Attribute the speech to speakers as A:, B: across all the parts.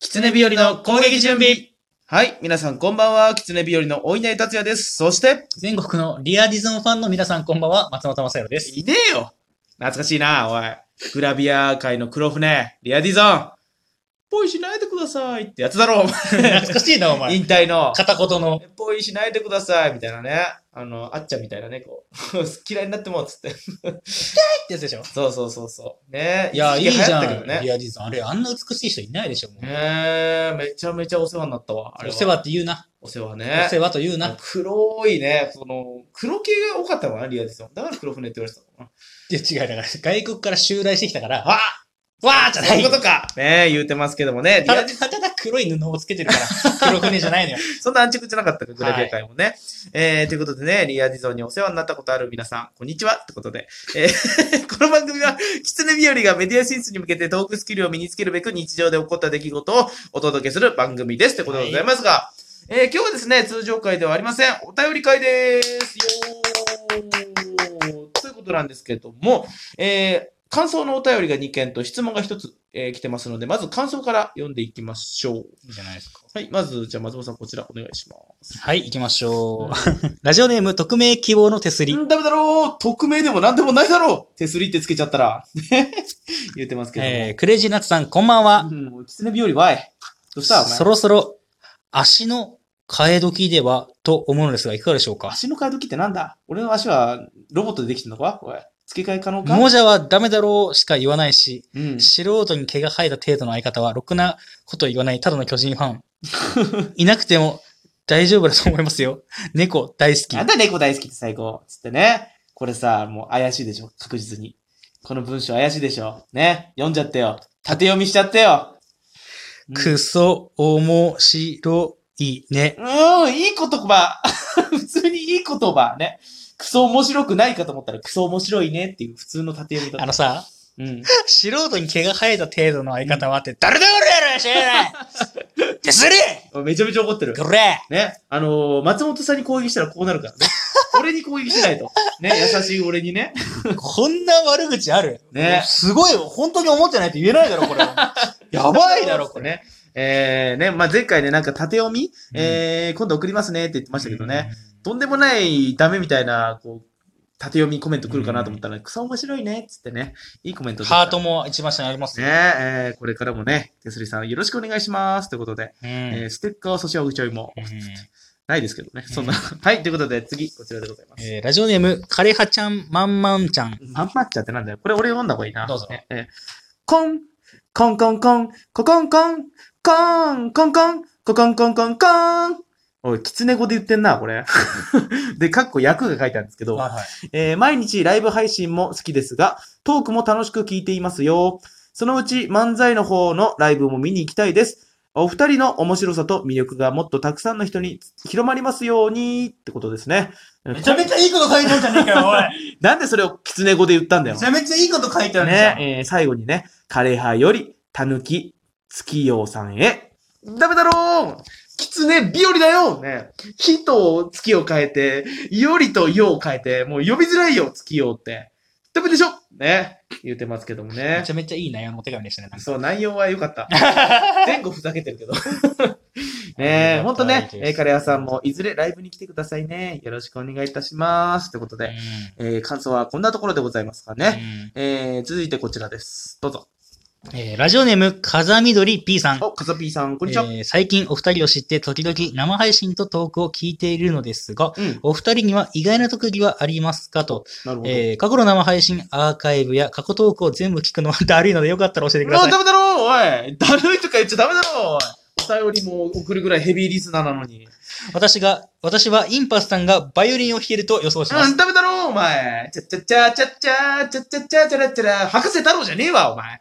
A: 狐日和の攻撃準備
B: はい、皆さんこんばんは、狐日和のお稲荷達也です。そして、
A: 全国のリアリズムファンの皆さんこんばんは、松本正宏です。
B: いねえよ懐かしいな、おい。グラビア界の黒船、リアディゾン。ポイしないでくださいってやつだろ、お
A: 懐かしいな、お
B: 前。
A: 前。
B: 引退の。
A: 片言の。
B: ポイしないでくださいみたいなね。あの、あっちゃんみたいなね、こう。 嫌いになってもうっつって。
A: ってやつでしょ
B: そうそうそうそう。ね
A: いや、い
B: 一
A: い
B: 時期
A: じゃ
B: 流行った
A: ん、
B: けどね
A: リアリズム。あれ、あんな美しい人いないでしょ、もう。
B: ねえ、めちゃめちゃお世話になったわ。あれ
A: お
B: は
A: 世。話って言うな。
B: お世話
A: お
B: ね。
A: 世話と言うな。
B: 黒いね、その、黒系が多かったのかな、リアディゾン。だから黒船って言われてたのかな。
A: いや、違う、だから、外国から襲来してきたから、わーわーじゃな
B: そう
A: い
B: いうことか。ねえ、言うてますけどもね。リ
A: た
B: ア
A: だ、ただ黒い布をつけてる から、黒船じゃないのよ。
B: そんな安直じゃなかったか、グラビア界もね。えー、ということでね、リアディゾンにお世話になったことある皆さん、こんにちはってことで。えー この番組は、狐日和がメディア進出に向けてトークスキルを身につけるべく日常で起こった出来事をお届けする番組ですってことでございますが、えー今日はですね、通常会ではありません。お便り会です。よーということなんですけども、えー感想のお便りが2件と質問が1つ、えー来てますので、まず感想から読んでいきましょう。
A: いいじゃないですか。
B: はい、まず、じゃあ、松本さん、こちらお願いします。
A: はい、行きましょう。ラジオネーム、匿名希望の手すり。
B: ん、ダメだろう匿名でも何でもないだろう手すりってつけちゃったら。 言ってますけども。
A: えー、クレイジーナッツさん、こんばんは。
B: うん、狐日和はえ。どうしたお前。
A: そろそろ、足の替え時では、と思うのですが、いかがでしょうか
B: 足の替え時ってなんだ俺の足はロボットでできてんのかおい。付け替え可能か
A: 亡者はダメだろうしか言わないし、
B: うん。
A: 素人に毛が生えた程度の相方は、ろくなこと言わないただの巨人ファン。 いなくても大丈夫だと思いますよ。猫大好き。
B: なんだ猫大好きって最高。つってね。これさ、もう怪しいでしょ確実に。この文章怪しいでしょね。読んじゃってよ。縦読みしちゃってよ。うん
A: くそ、面白いね。
B: うん、いい言葉。 普通にいい言葉ね。クソ面白くないかと思ったらクソ面白いねっていう普通の縦読み
A: あ
B: だっ
A: のさ、
B: た。うん。
A: 素人に毛が生えた程度の相方はって、誰だ俺やろ知ら ない手すり
B: めちゃめちゃ怒ってる。
A: これ
B: ね。あのー松本さんに攻撃したらこうなるからね。俺に攻撃しないと。 ね。優しい俺にね。
A: こんな悪口ある
B: ね
A: すごい、本当に思ってないと言えないだろ、これ。 やばいだろ、これ。
B: ね。えー、ね。まあ、前回ね、なんか縦読み、
A: うん
B: えー、今度送りますねって言ってましたけどね。。とんでもないダメみたいな、こう、縦読みコメント来るかなと思ったら、クソ面白いねっつってね。いいコメントでした
A: ハートも一番下にあります
B: ね
A: ね。
B: えーこれからもね、手すりさんよろしくお願いします。ということで、えーステッカーはそしあうちょいも
A: うん
B: ないですけどね。そんな。
A: う
B: はい、ということで次、こちらでございます。
A: えーラジオネーム、枯葉ちゃん、まんまんちゃん。
B: まんまっちゃってなんだよ。これ俺読んだ方がいいな。
A: どうぞ
B: ねえーコン、コンコンコン、ココンコン、コン、コンコン、ココンコンコンコン。おい、キツネ語で言ってんな、これ。 で、かっこ役が書いてあるんですけど、えー毎日ライブ配信も好きですが、トークも楽しく聞いていますよ。そのうち漫才の方のライブも見に行きたいです。お二人の面白さと魅力がもっとたくさんの人に広まりますようにってことですね。
A: めちゃめちゃいいこと書いてんじゃねえか よ、お
B: なんでそれを狐語で言ったんだ
A: い。
B: よ
A: めち。ゃめちゃいいこと書いてあるじゃん。
B: ね、えー最後にね、枯葉より狸、月陽さんへ。ダメだろう狐日和だよね。火と月を変えて、よりと陽を変えて、もう呼びづらいよ、月陽って。ダメでしょね。言うてますけども
A: め
B: ね
A: ち。ゃめちゃいい内容のお手紙でしたね。なんか
B: そう、内容は良か った。前後ふざけてる けど。ねえ、ほんとね、えー、カレー屋さんもいずれライブに来てくださいね。よろしくお願いいたします。ということで、えー感想はこんなところでございますか
A: うん
B: ね。えー、続いてこちらです。どうぞ。
A: うんえーラジオネーム、風緑 P さん。
B: お、かざぴーさん、こんにちは。
A: えー最近お二人を知って時々生配信とトークを聞いているのですが、
B: うん、
A: お二人には意外な特技はありますかと、
B: なるほど。
A: えー過去の生配信アーカイブや過去トークを全部聞くのはだるいのでよかったら教えて
B: う
A: く
B: わ
A: ださい。
B: ダメだろおいだるいとか言っちゃダメだろおいお便りも送るぐらいヘビーリスナーなのに。
A: 私が、私はインパスさんがバイオリンを弾けると予想しま
B: う
A: す。
B: ん、ダメだろお前ちゃっちゃっちゃちゃっちゃちゃっちゃちゃちゃらちゃら博士太郎じゃねえわお前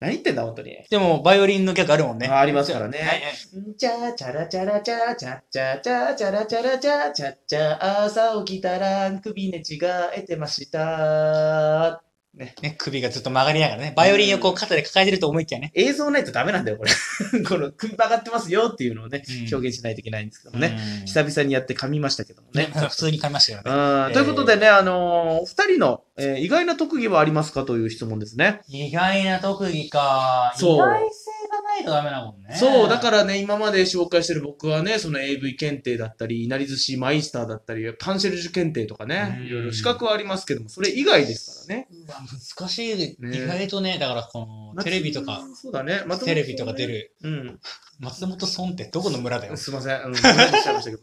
B: 何言ってんだ本当に。
A: でも、バイオリンの曲あるもんね。
B: あありますから
A: はいはい
B: ね。チャチャラチャラチャチャチャチャチャラチャラチャチャチャ朝起きたら首ねちが得てました。
A: ね、首がずっと曲がりながらね、バイオリンをこう肩で抱えてると思いきやね。
B: 映像ないとダメなんだよ、これ。 この首曲がってますよっていうのをね、
A: うん
B: 表現しないといけないんですけどもね。
A: うん
B: 久々にやって噛みましたけどもね
A: ね。普通に買いましたよ
B: う
A: ね。
B: ん
A: えー
B: ということでね、 あのーお二人の、えー意外な特技はありますかという質問ですね。
A: 意外な特技か。
B: そう
A: 意外性がなないとダメだもんね。。
B: そう、だかららね、今まで紹介してる僕はね、その AV 検定だったり、いなり寿司マイスターだったり、パンシェルジュ検定とかね
A: う、ん
B: いろいろ資格はありますけども、それ以外ですからね。
A: 難しいで、
B: ね
A: 意外とね、だからこのテレビとか、
B: そうだね、松本
A: テレビとか出。る、
B: うん。
A: 松本村ってどこの村だよ。い
B: すいません。うん。 お話しちゃいましたけど。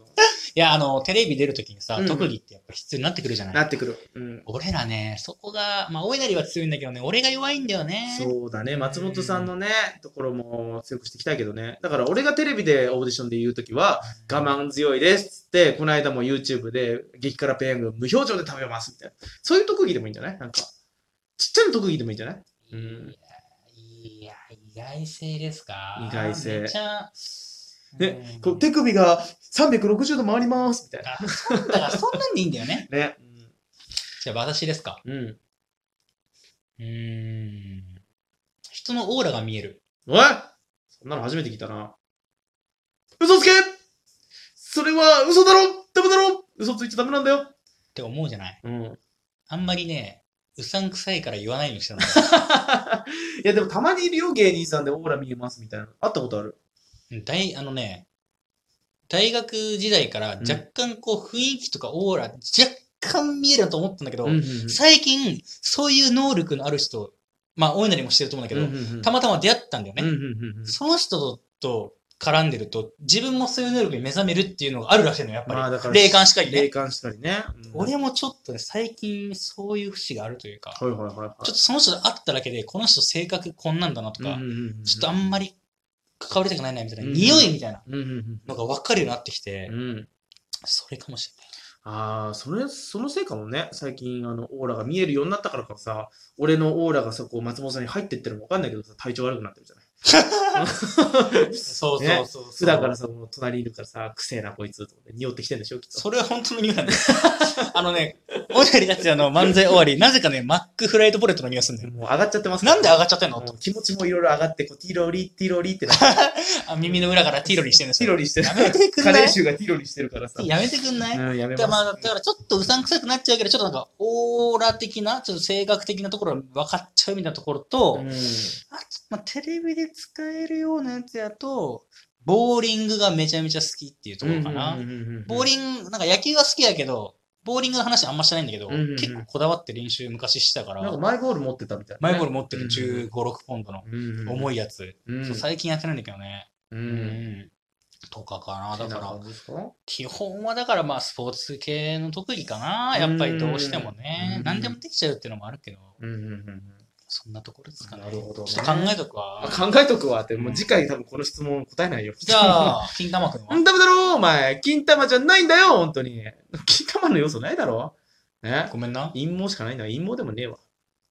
A: や、あの、テレビ出るときにさ、
B: うん
A: 特技ってやっぱ必要になってくるじゃな。
B: ないってくる。うん。
A: 俺らね、そこが、まあ、お稲荷は強いんだけどね、俺が弱いんだよね。
B: そうだね、松本さんのね、ところも強くしていきたいけどね。だから俺がテレビでオーディションで言うときは、我慢強いですっつって、この間も YouTube で激辛ペヤング無表情で食べますみたいな。そういう特技でもいいんじゃないなんか、ちっちゃな特技でもいいんじゃないうん
A: いや、意外性ですか
B: 意外性
A: めちゃ。
B: ね
A: うん
B: こう手首が360度回りますみたいな。
A: あそんだからそんなんでいいんだよね。
B: ね。
A: じゃあ、私ですか。
B: うん。
A: うーん。人のオーラが見える。
B: おいそんなの初めて聞いたな。嘘つけそれは嘘だろダメだろ嘘ついちゃダメなんだよ
A: って思うじゃない。
B: うん。
A: あんまりね、うさんくさいから言わないようにしてない。
B: いや、でもたまにいるよ、芸人さんでオーラ見えますみたいな。会ったことある。
A: 大、あのね、大学時代から
B: ん
A: 若干こう雰囲気とかオーラ、若干見えるなと思ったんだけど、
B: うんうんうん
A: 最近、そういう能力のある人、まあ、お稲荷もしてると思うんだけど、
B: うんうんうん
A: たまたま出会ったんだよね。
B: うんうんうんうん
A: その人とと絡んでると、自分もそういう能力に目覚めるっていうのがあるらしいのよ、やっぱり。
B: まあだから
A: 霊感しかり
B: 霊
A: ね。
B: 感したりね。うん
A: 俺もちょっとね、最近そういう節があるというか、
B: はいはいはいはい。
A: ちょっとその人と会っただけで、この人性格こんなんだなとか、
B: うんうんうんうん
A: ちょっとあんまり関わりたくないなみたいな、
B: うん
A: 匂いみたいな
B: うんうん
A: のが分かるようになってきて、
B: うんうん。
A: それかもし
B: ああ、それ、そのせいかもね。最近、あの、オーラが見えるようになったからかさ、俺のオーラがそこ、松本さんに入ってってるのわかんないけどさ、体調悪くなってるじゃない。
A: れない。そうそうそうそう。
B: 普段からさ、この隣にいるからさ、くせえな、こいつ、と思って匂ってきてんでしょ、きっと。
A: それは本当の匂いなんだよ。 あのね、おやりたちあの漫才終わり、なぜかね、マックフライドポテトの匂いするんだよ。
B: もう上がっちゃってます
A: なんで上
B: 上
A: がっちゃってんの
B: 気持ちもいろいろ上がって、こう、ティロリ、ティロリってなって、
A: あ耳の裏からティロリしてるんです
B: ティ
A: よ。
B: ロリしてる
A: や。めてくん
B: カ
A: な
B: レー
A: い
B: 臭がティロリしてるからさ。
A: やめてくんない、
B: うん、やめ
A: だ
B: ま
A: まあ、だ
B: す。
A: からちょっとうさんくさくなっちゃうけど、ちょっとなんか、オーラ的な、ちょっと性格的なところが分かっちゃうみたいなところと、
B: うん
A: あと、まあ、テレビで使えるようなやつやと、ボーリングがめちゃめちゃ好きっていうところかな。
B: うんうんうんうん
A: ボーリング、なんか野球は好きやけど、ボーリングの話あんましてないんだけど、
B: うんうんうん
A: 結構こだわって練習昔してたか、
B: なんからマイボール持ってたみたいな
A: マ
B: ね。
A: イボール持って
B: う
A: る
B: ん
A: 15、6ポンドの
B: うんうん
A: 重いやつ。
B: うん
A: そう最近やってないんだけどね。
B: う。
A: うんとかかな。
B: だ
A: だ
B: か
A: から
B: ら、、
A: 基本はだからまあスポーツ系の特技かな。やっぱりどうしても
B: う
A: ね
B: ん。
A: 何でもできちゃうっていうのもあるけど、
B: うんうんうん
A: そんなところですかね。
B: なるほどね
A: ちょっと考えとくわ
B: あ。考えとくわって、もう次回多分この質問答えないよ。
A: じゃあ、金玉くん
B: う
A: は
B: ん、ダメだろ、お前。金玉じゃないんだよ、本当に。金玉の要素ないだろ。ね。
A: ごめんな。
B: 陰謀しかないんだ陰謀でもねえわ。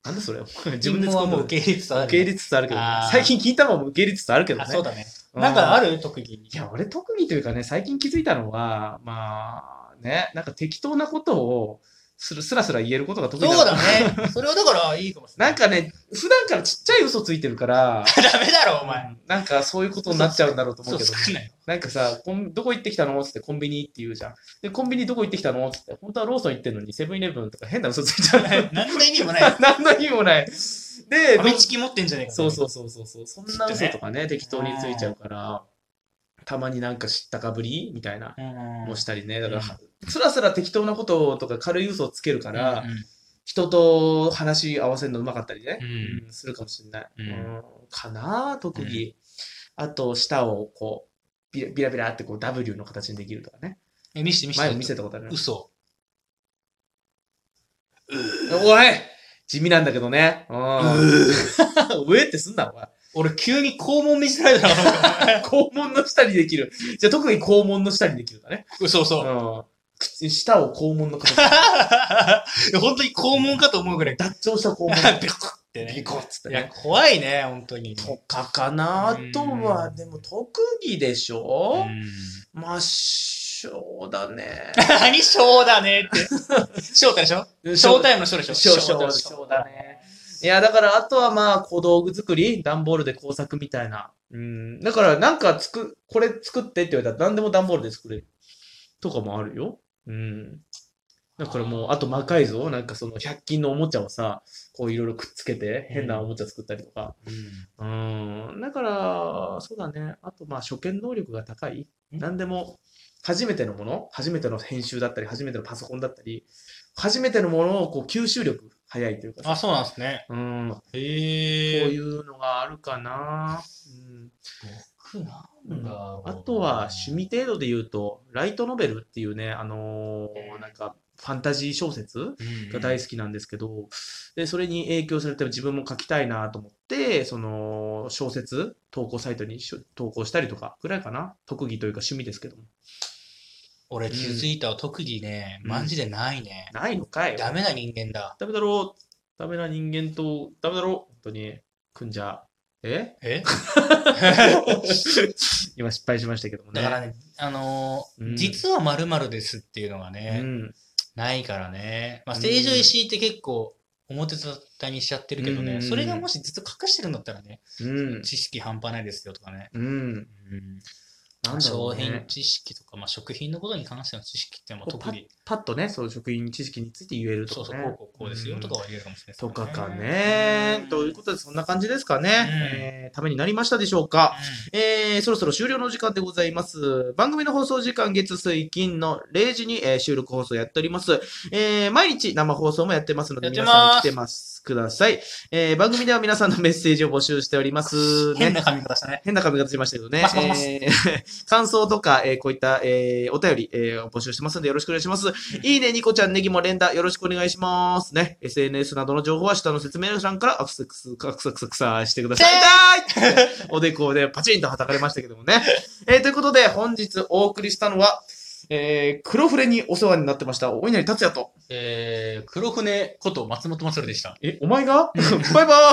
B: なんだそれ。自
A: 自
B: 分
A: 分
B: で
A: で
B: 使
A: は
B: う
A: もう
B: 受
A: 受け入れつつある。
B: け入れつつあるけどね
A: あー
B: 最近金玉も受け入れつつあるけど
A: あ、
B: ね。
A: そうだね。
B: うん
A: なんかある特技。
B: いや、俺特技というかね、最近気づいたのは、まあね、なんか適当なことをする、すらすら言えることが得意
A: そう
B: なの
A: だね。それはだからいいかもしれな。
B: ないんかね、普段からちっちゃい嘘ついてるから、
A: ダメだろ、お前。
B: うんなんかそういうことになっちゃうんだろうと思
A: そうう、
B: けど、
A: 少ないよ。
B: なんかさ、コンどこ行ってきたのってコンビニって言うじゃん。で、コンビニどこ行ってきたのってって、本当はローソン行ってんのに、セブンイレブンとか変な嘘ついちゃう。
A: 何の意味もない。
B: 何の意味もない。で、
A: ファミチキ持ってんじゃねえか。
B: そうそうそうそうそう。そんな嘘とかね、適当についちゃうから、たまになんか知ったかぶりみたいな。
A: うん。
B: もしたりね、だ
A: ん
B: から、すらすら適当なこととか軽い嘘をつけるから、
A: うんうん
B: 人と話合わせるのうまかったりね、
A: うん
B: うんするかもしれない。
A: うん
B: うんかなあ特技。あと、舌をこう、ビラビラビラってこう W の形にできるとかね。
A: え、見して見して。
B: 前も見せたことあるね。
A: 嘘。
B: おい地味なんだけどね。うん。 上ってすんな、お前。
A: 俺急に肛門見せられ たのかと思った
B: 肛門の下にできる。じゃあ特に肛門の下にできるんだね。
A: 嘘
B: う
A: 嘘。
B: ん。口舌を肛門の 形。
A: いや 本当に肛門かと思うぐらい。
B: 脱腸した肛門。
A: ビコッて
B: ビ
A: ね。
B: コッつって
A: い
B: ね
A: や、。怖いね、本当に。
B: とかかなあ
A: うん
B: とは、でも特技でしょ
A: うん
B: まあ、そうだ ね。
A: 何、ショーだねって。ショーってでしょショータイムのショーでしょ
B: ショーショーショーだね。いや、だから、あとはまあ、小道具作り、段ボールで工作みたいな。うん。だから、なんかつく、これ作ってって言われたら、何でも段ボールで作れる。とかもあるよ。うん。だからもう、あと魔改造なんかその100均のおもちゃをさ、こういろいろくっつけて、変なおもちゃ作ったりとか。うん。だから、そうだね。あとまあ、初見能力が高い。
A: うん
B: 何でも、初めてのもの、初めての編集だったり、初めてのパソコンだったり、初めてのものをこう吸収力早いというかさ
A: あ、そうなんですね。
B: うん。こう
A: へえ。
B: いうのがあるかな。うん。
A: 僕なんだろう
B: あとは趣味程度で言うと、ライトノベルっていうね、あのーなんかファンタジー小説が大好きなんですけど、で、それに影響されて自分も書きたいなと思って、その小説投稿サイトにしょ投稿したりとかぐらいかな。特技というか趣味ですけども。
A: 俺気づいたわ、特技ね、
B: うん
A: マジでないね。
B: ないのかい。
A: ダメな人間だ。
B: ダメだろう。ダメな人間と、ダメだろう。本当に、組んじゃ。 え
A: え
B: 今失敗しましたけどもね。
A: だからね、あのー
B: うん
A: 実は〇〇ですっていうのがね、
B: うん。
A: ないからね。まあ、
B: うん
A: 正常石井って結構表沙汰にしちゃってるけどね、
B: うん
A: それがもしずっと隠してるんだったらね、
B: うん。
A: 知識半端ないですよとかね。
B: うん。なんだろう
A: 商
B: ね
A: 品知識とか、まあ、食品のことに関しての知識って、まあ、
B: こう
A: 特に、
B: パッとね、その職員知識について言える
A: そ
B: と
A: うそ
B: か
A: う、
B: ね。
A: こうこうこうですよとか
B: うん
A: は言えるかもしれないです
B: とかか
A: う
B: ね
A: ん。
B: ということで、そんな感じですかね。
A: ん
B: えーためになりましたでしょうか。えーそろそろ終了の時間でございます。番組の放送時間、月水金の0時に、えー収録放送やっております。えー毎日生放送もやってますので、
A: やって
B: 皆
A: ます
B: さん来てます。ください。えー番組では皆さんのメッセージを募集しておりま
A: う
B: す。
A: ん。変な髪型したね。
B: 変な髪型しましたけどね
A: パスパスパ。ス
B: えー感想とか、えーこういった、えーお便り、えー募集してますのでよろしくお願いします。いいね、ニコちゃん、ネギも連打、よろしくお願いします。ね。SNS などの情報は下の説明欄からアクセス、アクセス、アクセスしてください。痛いおでこでパチンと叩かれましたけどもね。えーということで、本日お送りしたのは、えー黒船にお世話になってました、お稲荷達也と。
A: えー、黒船こと松本まつるでした。
B: え、お前がバイバーイ